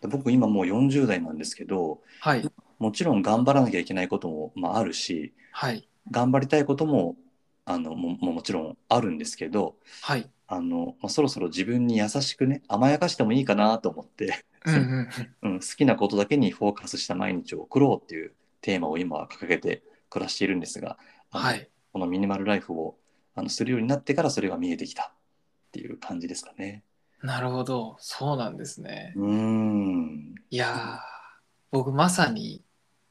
Speaker 1: で僕今もう40代なんですけど
Speaker 2: はい。
Speaker 1: もちろん頑張らなきゃいけないことも、まあ、あるし
Speaker 2: はい。
Speaker 1: 頑張りたいこともあのもももちろんあるんですけど
Speaker 2: はい。
Speaker 1: あの、まあ、そろそろ自分に優しくね甘やかしてもいいかなと思って、
Speaker 2: うんうんうん。
Speaker 1: うん、好きなことだけにフォーカスした毎日を送ろうっていうテーマを今は掲げて暮らしているんですが、あの
Speaker 2: はい。
Speaker 1: このミニマルライフをあのするようになってからそれが見えてきたっていう感じですかね。
Speaker 2: なるほど。そうなんですね。
Speaker 1: うーん
Speaker 2: いやー、僕まさに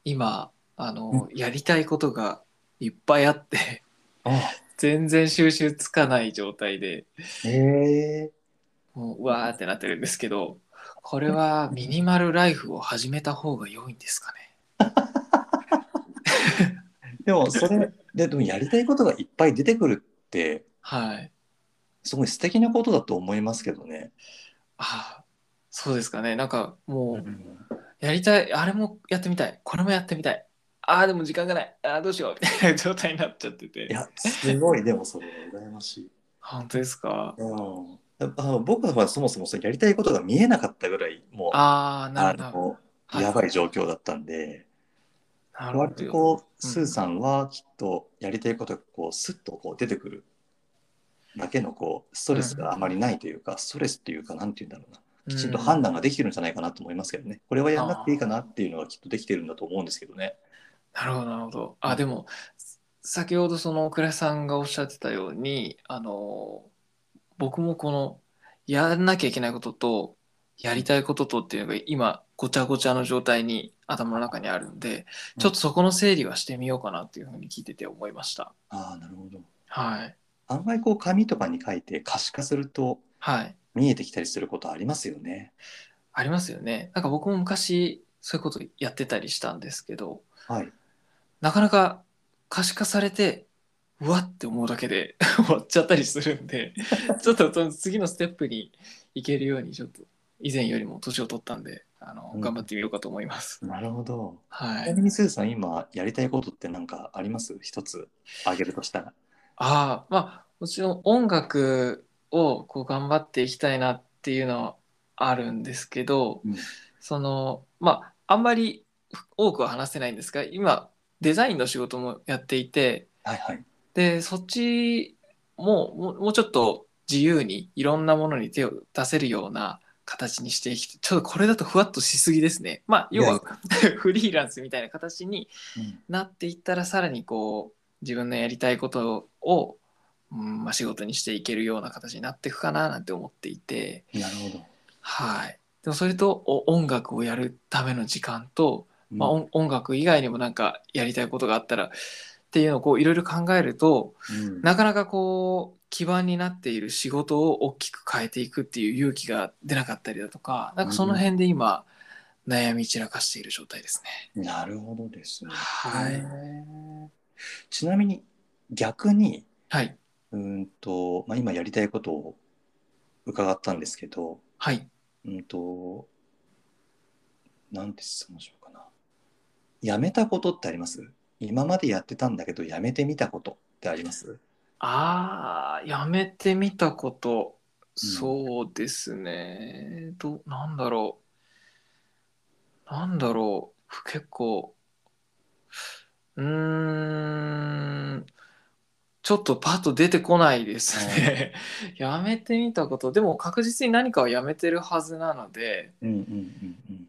Speaker 2: 今、あの、やりたいことがいっぱいあって、
Speaker 1: あ
Speaker 2: 全然収集つかない状態で、
Speaker 1: へえ
Speaker 2: もう、うわーってなってるんですけど、これはミニマルライフを始めた方が良いんですかね。
Speaker 1: でもそれででもやりたいことがいっぱい出てくるって
Speaker 2: はい。
Speaker 1: すごい素敵なことだと思いますけどね。
Speaker 2: あーそうですかね。なんかもう、
Speaker 1: うん
Speaker 2: やりたい、あれもやってみたい、これもやってみたい。ああ、でも時間がない。ああ、どうしよう。みたいな状態になっちゃって
Speaker 1: い
Speaker 2: て。
Speaker 1: やすごいでもそれは羨ましい。
Speaker 2: 本当ですか。
Speaker 1: うん、あの僕はそもそもそのやりたいことが見えなかったぐらいもう
Speaker 2: ああ、な
Speaker 1: あ
Speaker 2: るほど。
Speaker 1: のやばい状況だったんで、
Speaker 2: なるほ
Speaker 1: 割と
Speaker 2: ど。
Speaker 1: こうスーさんはきっとやりたいことがこうスッとこう出てくるだけのこうストレスがあまりないというか、ストレスというかなんて言うんだろうなきちんと判断ができてるんじゃないかなと思いますけどね、これはやらなくていいかなっていうのがきっとできてるんだと思うんですけどね。
Speaker 2: なるほど、なるほど。あ、でも、先ほどその倉さんがおっしゃってたように、あの、僕もこの、やらなきゃいけないことと、やりたいこととっていうのが今、ごちゃごちゃの状態に頭の中にあるんで、ちょっとそこの整理はしてみようかなっていうふうに聞いてて思いました。
Speaker 1: ああなるほど
Speaker 2: はい。
Speaker 1: 案外こう紙とかに書いて可視化すると
Speaker 2: はい。
Speaker 1: 見えてきたりすることありますよね。
Speaker 2: ありますよね。なんか僕も昔そういうことやってたりしたんですけど、
Speaker 1: はい、
Speaker 2: なかなか可視化されて、うわって思うだけで 終わっちゃったりする んで、ちょっとその次のステップに行けるように、ちょっと以前よりも年を取ったんで、あの
Speaker 1: うん
Speaker 2: 頑張ってみようかと思います。
Speaker 1: なるほど。
Speaker 2: は。
Speaker 1: ちないみにスーさん今やりたいことって何かあります一つ挙げるとしたら。
Speaker 2: ああ、まあ、もちろん音楽をこう頑張っていきたいなっていうのはあるんですけど、
Speaker 1: うん
Speaker 2: そのまああんまり多くは話せないんですが今デザインの仕事もやっていて
Speaker 1: はいはい。
Speaker 2: でそっちももうもうちょっと自由にいろんなものに手を出せるような形にしていきちょっとこれだとふわっとしすぎですねまあ要は フリーランスみたいな形になっていったらさらにこう自分のやりたいことを、うんまあ、仕事にしていけるような形になっていくかななんて思っていて。
Speaker 1: うんなるほど。
Speaker 2: はい。でもそれとお音楽をやるための時間と、まあ、音音楽以外にもなんかやりたいことがあったらっていうのをこういろいろ考えると
Speaker 1: うん
Speaker 2: なかなかこう基盤になっている仕事を大きく変えていくっていう勇気が出なかったりだとかなんかその辺で今悩み散らかしている状態ですね。
Speaker 1: なるほどですね。
Speaker 2: はい
Speaker 1: へーちなみに逆に
Speaker 2: はい。
Speaker 1: うーんと、まあ、今やりたいことを伺ったんですけど、
Speaker 2: はい。
Speaker 1: うんと、なんて質問しようかな。やめたことってあります今までやってたんだけどやめてみたことってあります
Speaker 2: ああ、やめてみたこと、そうですね。ど、なんだろう。なんだろう。結構、うーん、ちょっとパッと出てこないですね。 やめてみたこと、でも確実に何かはやめてるはずなので、
Speaker 1: うんうんうん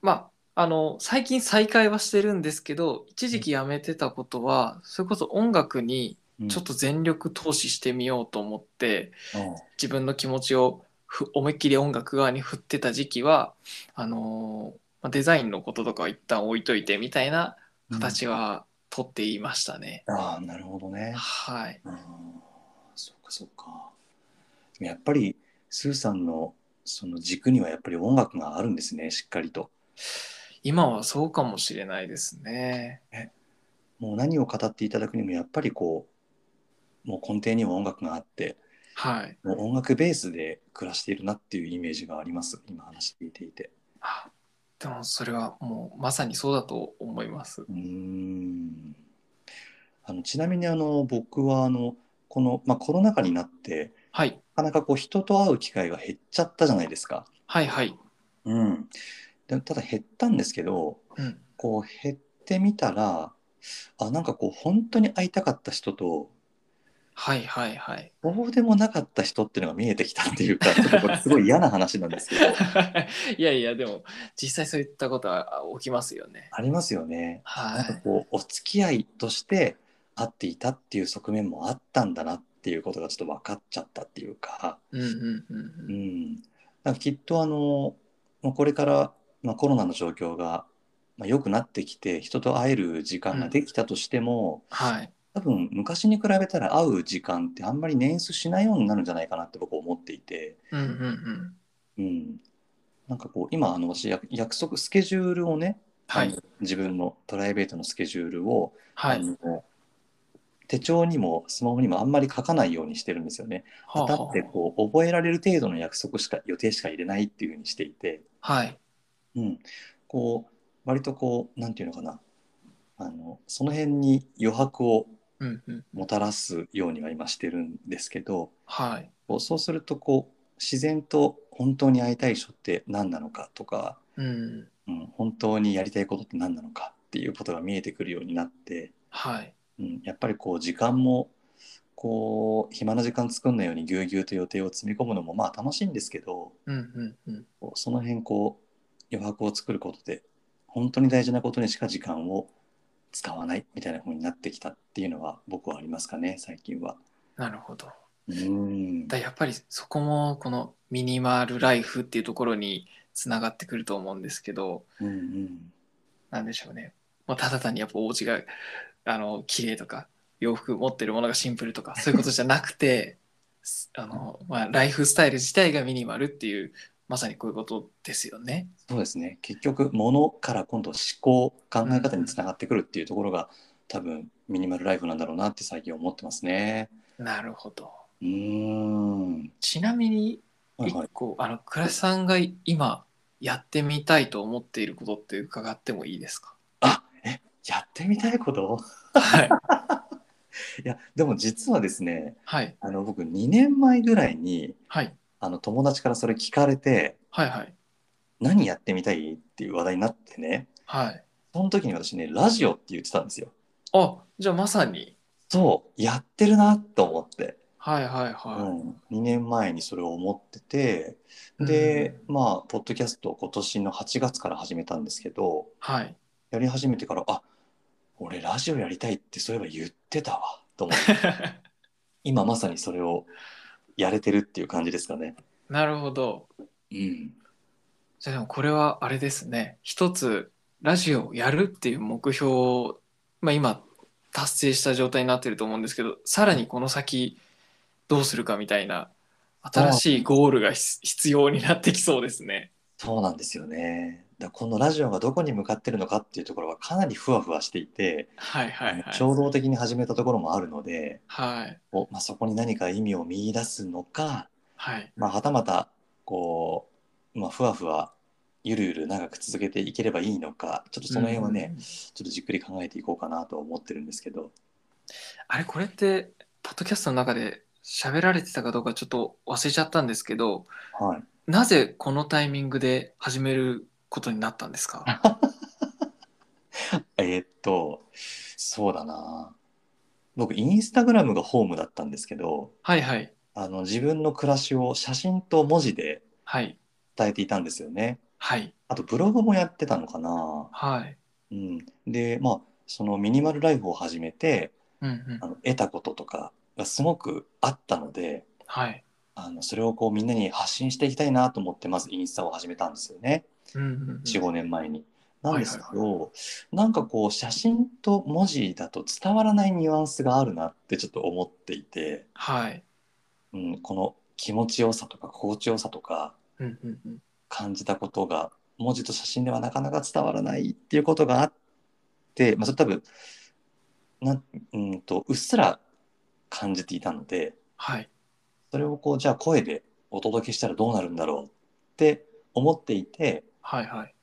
Speaker 2: まあ、あの、最近再開はしてるんですけど、一時期やめてたことは、それこそ音楽に、
Speaker 1: うん。
Speaker 2: ちょっと全力投資してみようと思って
Speaker 1: うん、ああ
Speaker 2: 自分の気持ちをふ思いっきり音楽側に振ってた時期はあのーまあデザインのこととかは一旦置いといてみたいな形は撮っていましたね。
Speaker 1: ああ、なるほどね。
Speaker 2: はい。
Speaker 1: ああ、そうかそうか。でもやっぱり、スーさんのその軸にはやっぱり音楽があるんですね、しっかりと。
Speaker 2: 今はそうかもしれないですね。
Speaker 1: もう何を語っていただくにも、やっぱりこう、もう根底には音楽があって、
Speaker 2: はい。
Speaker 1: もう音楽ベースで暮らしているなっていうイメージがあります、今話聞いていて。
Speaker 2: あでもそれはもうまさにそうだと思います。
Speaker 1: うーんあのちなみにあの僕はあのこの、まあ、コロナ禍になって
Speaker 2: はい。
Speaker 1: なかなかこう人と会う機会が減っちゃったじゃないですか。
Speaker 2: はいはい。
Speaker 1: うん、でただ減ったんですけど
Speaker 2: うん。
Speaker 1: こう減ってみたらあなんかこう本当に会いたかった人と
Speaker 2: はいはいはい。
Speaker 1: そうでもなかった人っていうのが見えてきたっていうかちょっ とこれすごい嫌な話なんですけど
Speaker 2: いやいや、でも実際そういったことは起きますよね。
Speaker 1: ありますよね。
Speaker 2: は
Speaker 1: なんか
Speaker 2: い。
Speaker 1: こうお付き合いとして会っていたっていう側面もあったんだなっていうことがちょっと分かっちゃったっていうか。
Speaker 2: うんうんうん
Speaker 1: う
Speaker 2: うん。
Speaker 1: ん、なんかきっとあの、まあ、これから、まあ、コロナの状況が、まあ、良くなってきて人と会える時間ができたとしても、
Speaker 2: はい。
Speaker 1: 多分昔に比べたら会う時間ってあんまり捻出しないようになるんじゃないかなって僕思っていて、
Speaker 2: うんうん
Speaker 1: う
Speaker 2: うん。
Speaker 1: ん、なんかこう今あの私約約束スケジュールをね、
Speaker 2: は
Speaker 1: あ
Speaker 2: い
Speaker 1: の。自分のプライベートのスケジュールを、
Speaker 2: はい。
Speaker 1: あの手帳にもスマホにもあんまり書かないようにしてるんですよね。
Speaker 2: は
Speaker 1: だってこう覚えられる程度の約束しか予定しか入れないっていうふうにしていて、
Speaker 2: あ、はい。
Speaker 1: うん、こう割とこうなんていうのかなあのその辺に余白を
Speaker 2: うんうん。
Speaker 1: もたらすようには今してるんですけど
Speaker 2: はい。
Speaker 1: こうそうするとこう自然と本当に会いたい人って何なのかとか、
Speaker 2: うん。
Speaker 1: うん、本当にやりたいことって何なのかっていうことが見えてくるようになって、
Speaker 2: はい。
Speaker 1: うん、やっぱりこう時間もこう暇な時間作んないようにぎゅうぎゅうと予定を詰め込むのもまあ楽しいんですけど、
Speaker 2: うんうんうん。
Speaker 1: こうその辺こう余白を作ることで本当に大事なことにしか時間を使わないみたいな風になってきたっていうのは僕はありますかね最近は。
Speaker 2: なるほど。
Speaker 1: うーん
Speaker 2: だやっぱりそこもこのミニマルライフっていうところにつながってくると思うんですけど
Speaker 1: うんうん
Speaker 2: なんでしょうね、まあ、ただ単にやっぱお家があの綺麗とか洋服持ってるものがシンプルとかそういうことじゃなくて すあの、まあ、ライフスタイル自体がミニマルっていうまさにこういうことですよね。
Speaker 1: そうですね結局物から今度思考考え方につながってくるっていうところが多分ミニマルライフなんだろうなって最近思ってますね。
Speaker 2: なるほど
Speaker 1: うーん
Speaker 2: ちなみに
Speaker 1: はいはい
Speaker 2: 一個、あの倉石さんが今やってみたいと思っていることって伺ってもいいで すか
Speaker 1: あえやってみたいこと
Speaker 2: はい、
Speaker 1: いやでも実はですね
Speaker 2: はい、
Speaker 1: あの僕2年前ぐらいに
Speaker 2: はい、
Speaker 1: あの友達からそれ聞かれて
Speaker 2: はい、はい、
Speaker 1: 何やってみたいっていう話題になってね
Speaker 2: はい。
Speaker 1: その時に私ねラジオって言ってたんですよ
Speaker 2: あ、じゃあまさに。
Speaker 1: そうやってるなと思って、
Speaker 2: はいはい
Speaker 1: うん
Speaker 2: は
Speaker 1: 2年前にそれを思ってて
Speaker 2: い。
Speaker 1: で、
Speaker 2: うん、
Speaker 1: まあポッドキャストを今年の8月から始めたんですけど
Speaker 2: はい。
Speaker 1: やり始めてからあ俺ラジオやりたいってそういえば言ってたわと思って 今まさにそれをやれてるっていう感じですかね。
Speaker 2: なるほど。
Speaker 1: うん、
Speaker 2: じゃあでもこれはあれですね。一つ、ラジオをやるっていう目標を、まあ今、達成した状態になってると思うんですけど、さらにこの先、どうするかみたいな、新しいゴールが必必要になってきそうですね。
Speaker 1: そうなんですよね。だからこのラジオがどこに向かってるのかっていうところはかなりふわふわしていて、
Speaker 2: はいはいは
Speaker 1: 衝
Speaker 2: い。
Speaker 1: 動的に始めたところもあるので、
Speaker 2: はい。
Speaker 1: おまあ、そこに何か意味を見出すのか、
Speaker 2: はい。
Speaker 1: まあ、はたまたこう、まあ、ふわふわゆるゆる長く続けていければいいのかちょっとその辺はね、
Speaker 2: うん。
Speaker 1: ちょっとじっくり考えていこうかなと思ってるんですけど
Speaker 2: あれ、これって、ポッドキャストの中で喋られてたかどうかちょっと忘れちゃったんですけど、
Speaker 1: はい
Speaker 2: なぜこのタイミングで始めることになったんですか
Speaker 1: えーっとそうだな僕インスタグラムがホームだったんですけど
Speaker 2: はいはい
Speaker 1: あの自分の暮らしを写真と文字で
Speaker 2: はい
Speaker 1: 伝えていたんですよね
Speaker 2: はい
Speaker 1: あとブログもやってたのかな、
Speaker 2: はい。
Speaker 1: うん、でまあそのミニマルライフを始めて
Speaker 2: うんうん
Speaker 1: あの得たこととかがすごくあったので
Speaker 2: はい。
Speaker 1: あのそれをこうみんなに発信していきたいなと思ってまずインスタを始めたんですよね
Speaker 2: うんうんうん
Speaker 1: 45年前に。なんですけど、なんかこう写真と文字だと伝わらないニュアンスがあるなってちょっと思っていて、
Speaker 2: はい。
Speaker 1: うん、この気持ちよさとか心地よさとか
Speaker 2: うんうんうん。
Speaker 1: 感じたことが文字と写真ではなかなか伝わらないっていうことがあって、まあ、それ多分なんうんとうっすら感じていたので
Speaker 2: はい。
Speaker 1: それをこうじゃあ声でお届けしたらどうなるんだろうって思っていて
Speaker 2: はいはい。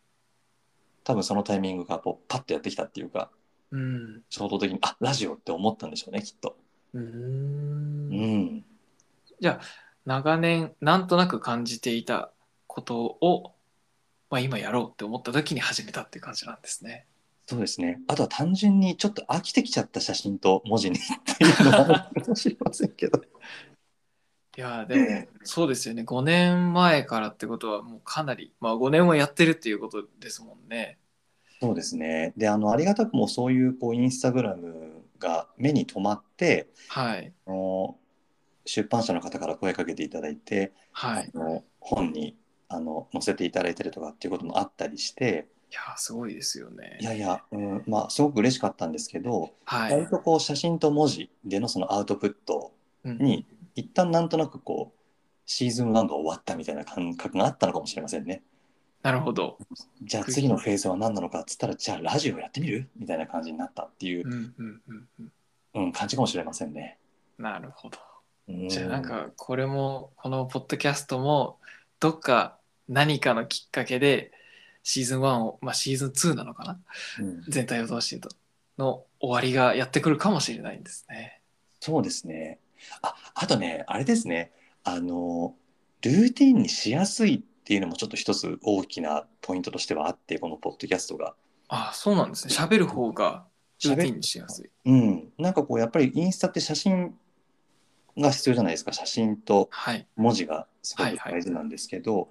Speaker 1: 多分そのタイミングがこうパッとやってきたっていうか
Speaker 2: うん。
Speaker 1: 衝動的にあラジオって思ったんでしょうねきっと。
Speaker 2: う。
Speaker 1: うんん、
Speaker 2: 長年、なんとなく感じていたことを、まあ今やろうって思った時に始めたっていう感じなんですね。
Speaker 1: そうですねあとは単純にちょっと飽きてきちゃった写真と文字にっていうのもあるかもしれませんけど。
Speaker 2: いやーでもそうですよね5年前からってことはもうかなりまあ5年はやってるっていうことですもんね
Speaker 1: そうですね。で、あの、ありがたくもそういう、こう、インスタグラムが目に留まって、
Speaker 2: はい
Speaker 1: あの出版社の方から声かけていただいて、
Speaker 2: はいい
Speaker 1: あの本に、あの、載せていただいてるとかっていうこともあったりして、
Speaker 2: やーすごいですよね
Speaker 1: いやいや、うん、まあ、すごく嬉しかったんですけど、
Speaker 2: はい、
Speaker 1: 割とこう、写真と文字でのそのアウトプット
Speaker 2: うん
Speaker 1: に、一旦なんとなくこう、シーズン1が終わったみたいな感覚があったのかもしれませんね。
Speaker 2: なるほど、
Speaker 1: じゃあ次のフェーズは何なのかっつったら、じゃあラジオやってみるみたいな感じになったっていう
Speaker 2: うんうんうんうん、
Speaker 1: うん、感じかもしれませんね。
Speaker 2: なるほど
Speaker 1: うん
Speaker 2: じゃあなんかこれもこのポッドキャストもどっか何かのきっかけでシーズン1をまあシーズン2なのかな
Speaker 1: うん
Speaker 2: 全体を通しての終わりがやってくるかもしれないんですね
Speaker 1: そうですね。あ、あとね、あれですね。あの、ルーティンにしやすいっていうのもちょっと一つ大きなポイントとしてはあって、このポッドキャストが。
Speaker 2: あそうなんですね喋る方がルーティンにしやすい
Speaker 1: うん、なんかこう、やっぱりインスタって写真が必要じゃないですか。写真と
Speaker 2: はい
Speaker 1: 文字がすごく大事なんですけど、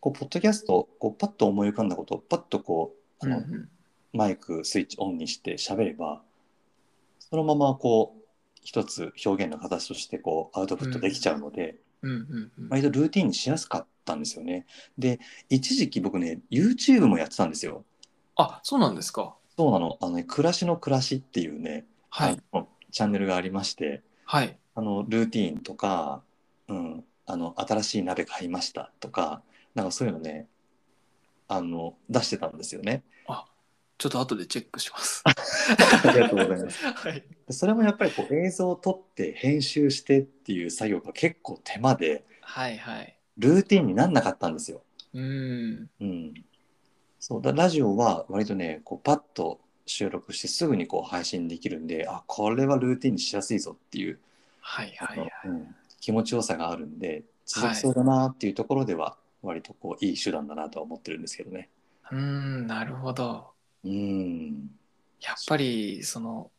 Speaker 1: こう、ポッドキャスト、こう、パッと思い浮かんだことをパッとこう、あの、
Speaker 2: うんうん
Speaker 1: マイクスイッチオンにして喋ればそのままこう一つ表現の形としてこうアウトプットできちゃうので、
Speaker 2: うんうんうん
Speaker 1: 割とルーティンにしやすかったんですよね。で一時期僕ね YouTube もやってたんですよ。
Speaker 2: あそうなんですか。
Speaker 1: そうなの「あのね暮らしの暮らし」っていうね、
Speaker 2: はい。
Speaker 1: あのチャンネルがありまして
Speaker 2: はい。
Speaker 1: あのルーティンとか、うん、あの新しい鍋買いましたとかなんかそういうのねあの出してたんですよね。
Speaker 2: ちょっと後でチェックします。
Speaker 1: ありがとうございます
Speaker 2: はい。
Speaker 1: でそれもやっぱりこう映像を撮って編集してっていう作業が結構手間で
Speaker 2: はいはい。
Speaker 1: ルーティンになんなかったんですよ。
Speaker 2: うん。
Speaker 1: うん、そうだラジオは割とねこうパッと収録してすぐにこう配信できるんであこれはルーティンにしやすいぞっていう、
Speaker 2: はいはいはい。
Speaker 1: うん気持ちよさがあるんで続きそうだなっていうところでは割とこういい手段だなとは思ってるんですけどね。
Speaker 2: うん、なるほど。
Speaker 1: うん
Speaker 2: やっぱり、その、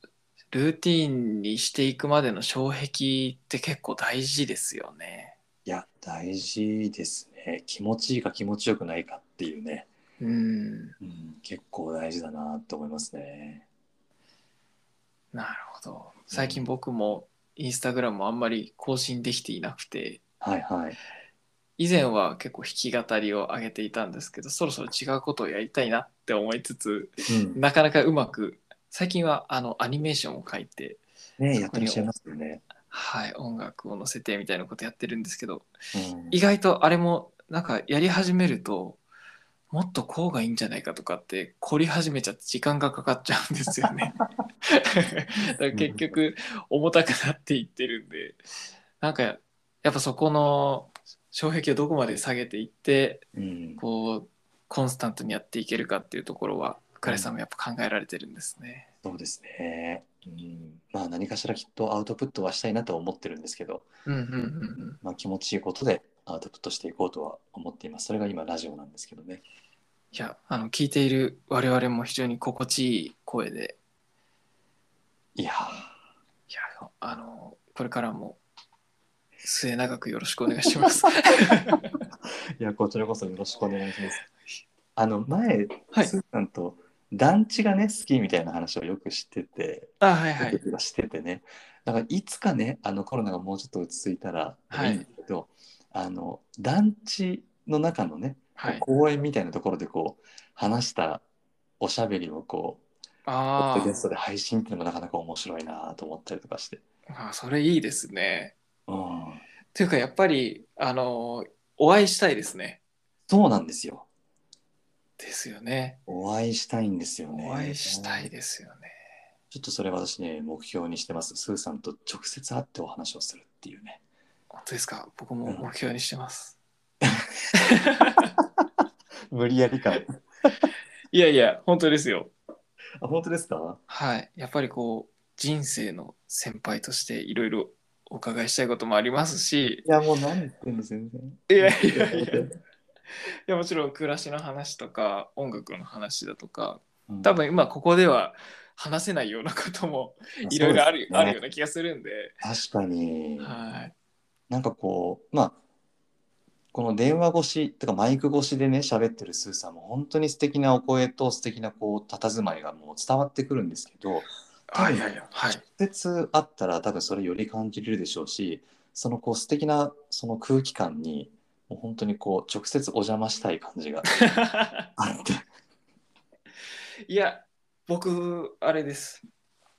Speaker 2: ルーティンにしていくまでの障壁って結構大事ですよね。
Speaker 1: いや大事ですね気持ちいいか気持ちよくないかっていうね。
Speaker 2: うん。
Speaker 1: うん、結構大事だなと思いますね。
Speaker 2: なるほど。最近僕もインスタグラムあんまり更新できていなくて、
Speaker 1: はいはい。
Speaker 2: 以前は結構弾き語りを上げていたんですけど、そろそろ違うことをやりたいなって思いつつ、
Speaker 1: うん、
Speaker 2: なかなかうまく最近はあのアニメーションを書いて、
Speaker 1: ねやってらっしゃいますよね。
Speaker 2: はい、音楽を載せてみたいなことやってるんですけど
Speaker 1: うん
Speaker 2: 意外とあれもなんかやり始めるともっとこうがいいんじゃないかとかって凝り始めちゃって時間がかかっちゃうんですよね。だから結局重たくなっていってるんでなんかやっぱそこの障壁をどこまで下げていって
Speaker 1: うん、
Speaker 2: こうコンスタントにやっていけるかっていうところはクレさんもやっぱ考えられてるんですね。
Speaker 1: そうですね。うん、まあ何かしらきっとアウトプットはしたいなとは思ってるんですけど、
Speaker 2: うんうんうんうん、
Speaker 1: まあ、気持ちいいことでアウトプットしていこうとは思っています。それが今ラジオなんですけどね。
Speaker 2: いやあの聞いている我々も非常に心地いい声で
Speaker 1: いや
Speaker 2: いやあのこれからも末永くよろしくお願いし ます。
Speaker 1: ーいやこちらこそよろしくお願いします。あの前、
Speaker 2: はい
Speaker 1: スーさんと団地がね好きみたいな話をよくしてて。
Speaker 2: あはい
Speaker 1: は
Speaker 2: はいい、、
Speaker 1: しててねだからいつかねあのコロナがもうちょっと落ち着いたら
Speaker 2: はい
Speaker 1: いいんだけど、あの団地の中のね、
Speaker 2: はい、
Speaker 1: 公園みたいなところでこう話したおしゃべりをこうポッ
Speaker 2: あ
Speaker 1: ドキャストで配信っていうのもなかなか面白いなと思ったりとかして、
Speaker 2: あああそれいいですね
Speaker 1: うん、
Speaker 2: というかやっぱりあのお会いしたいですね
Speaker 1: そうなんですよ
Speaker 2: ですよね
Speaker 1: お会いしたいんですよね
Speaker 2: お会いしたいですよね
Speaker 1: ちょっとそれ私ね目標にしてますスーさんと直接会ってお話をするっていうね
Speaker 2: 本当ですか僕も目標にしてます、
Speaker 1: 無理やり感
Speaker 2: いやいや本当ですよ
Speaker 1: あ本当ですか
Speaker 2: はいやっぱりこう人生の先輩としていろいろお伺いしたいこともありますし
Speaker 1: いやもう何言ってんの全然
Speaker 2: いやいやいやいやもちろん暮らしの話とか音楽の話だとか
Speaker 1: うん
Speaker 2: 多分今ここでは話せないようなこともいろいろあ
Speaker 1: そう
Speaker 2: る,、
Speaker 1: ですね
Speaker 2: あるような気がするんで、
Speaker 1: 確かに
Speaker 2: はい
Speaker 1: なんかこうまあこの電話越しとかマイク越しでね喋ってるスーさんも本当に素敵なお声と素敵なこう佇まいがもう伝わってくるんですけど
Speaker 2: あいやいやはい
Speaker 1: 直接会ったら多分それより感じれるでしょうしそのこう素敵なその空気感にもう本当にこう直接お邪魔したい感じがあって
Speaker 2: い や僕あれです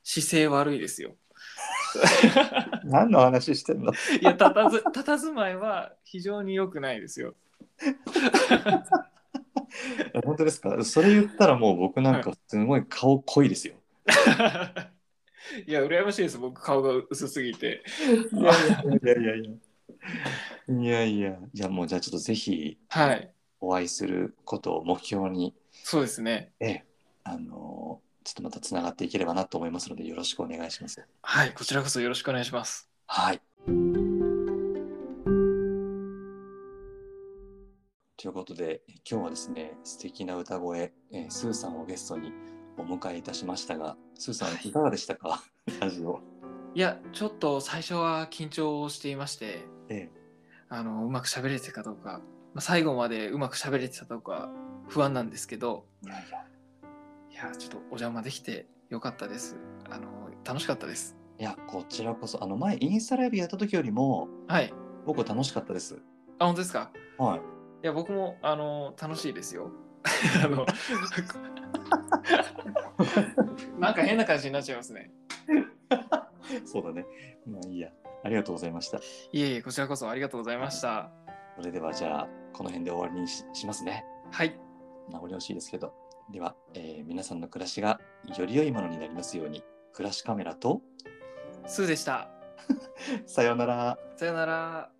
Speaker 2: 姿勢悪いですよ
Speaker 1: 何の話してんの
Speaker 2: いやた たずたたずまいは非常に良くないですよ
Speaker 1: 本当ですかそれ言ったらもう僕なんかすごい顔濃いですよ。
Speaker 2: いや羨ましいです僕顔が薄すぎて
Speaker 1: いやいやいやいやいやいやじゃあもうじゃあちょっとぜひ
Speaker 2: はい
Speaker 1: お会いすることを目標に、
Speaker 2: そうですね
Speaker 1: ええあのちょっとまたつながっていければなと思いますのでよろしくお願いします。
Speaker 2: はいこちらこそよろしくお願いします
Speaker 1: はい。ということでえ今日はですね素敵な歌声、えースーさんをゲストにお迎えいたしましたがスーさんいかがでしたか、 ラジオ。
Speaker 2: いやちょっと最初は緊張していまして
Speaker 1: ええ
Speaker 2: あのうまく喋れてたかどうか、まあ、最後までうまく喋れてたかどうか不安なんですけど
Speaker 1: いやいや
Speaker 2: いやちょっとお邪魔できてよかったですあの楽しかったです
Speaker 1: いやこちらこそあの前インスタライブやった時よりも
Speaker 2: はい
Speaker 1: 僕楽しかったです。
Speaker 2: あ本当ですか
Speaker 1: はい。
Speaker 2: いや僕もあの楽しいですよ あのなんか変な感じになっちゃいますね
Speaker 1: そうだね。まあいいや。ありがとうございました。
Speaker 2: いえいえこちらこそありがとうございました
Speaker 1: それではじゃあ、この辺で終わりにししますね。
Speaker 2: はい
Speaker 1: 名残惜しいですけど。では、えー皆さんの暮らしがより良いものになりますように、暮らしカメラと、
Speaker 2: スーでした
Speaker 1: さようなら。
Speaker 2: さよなら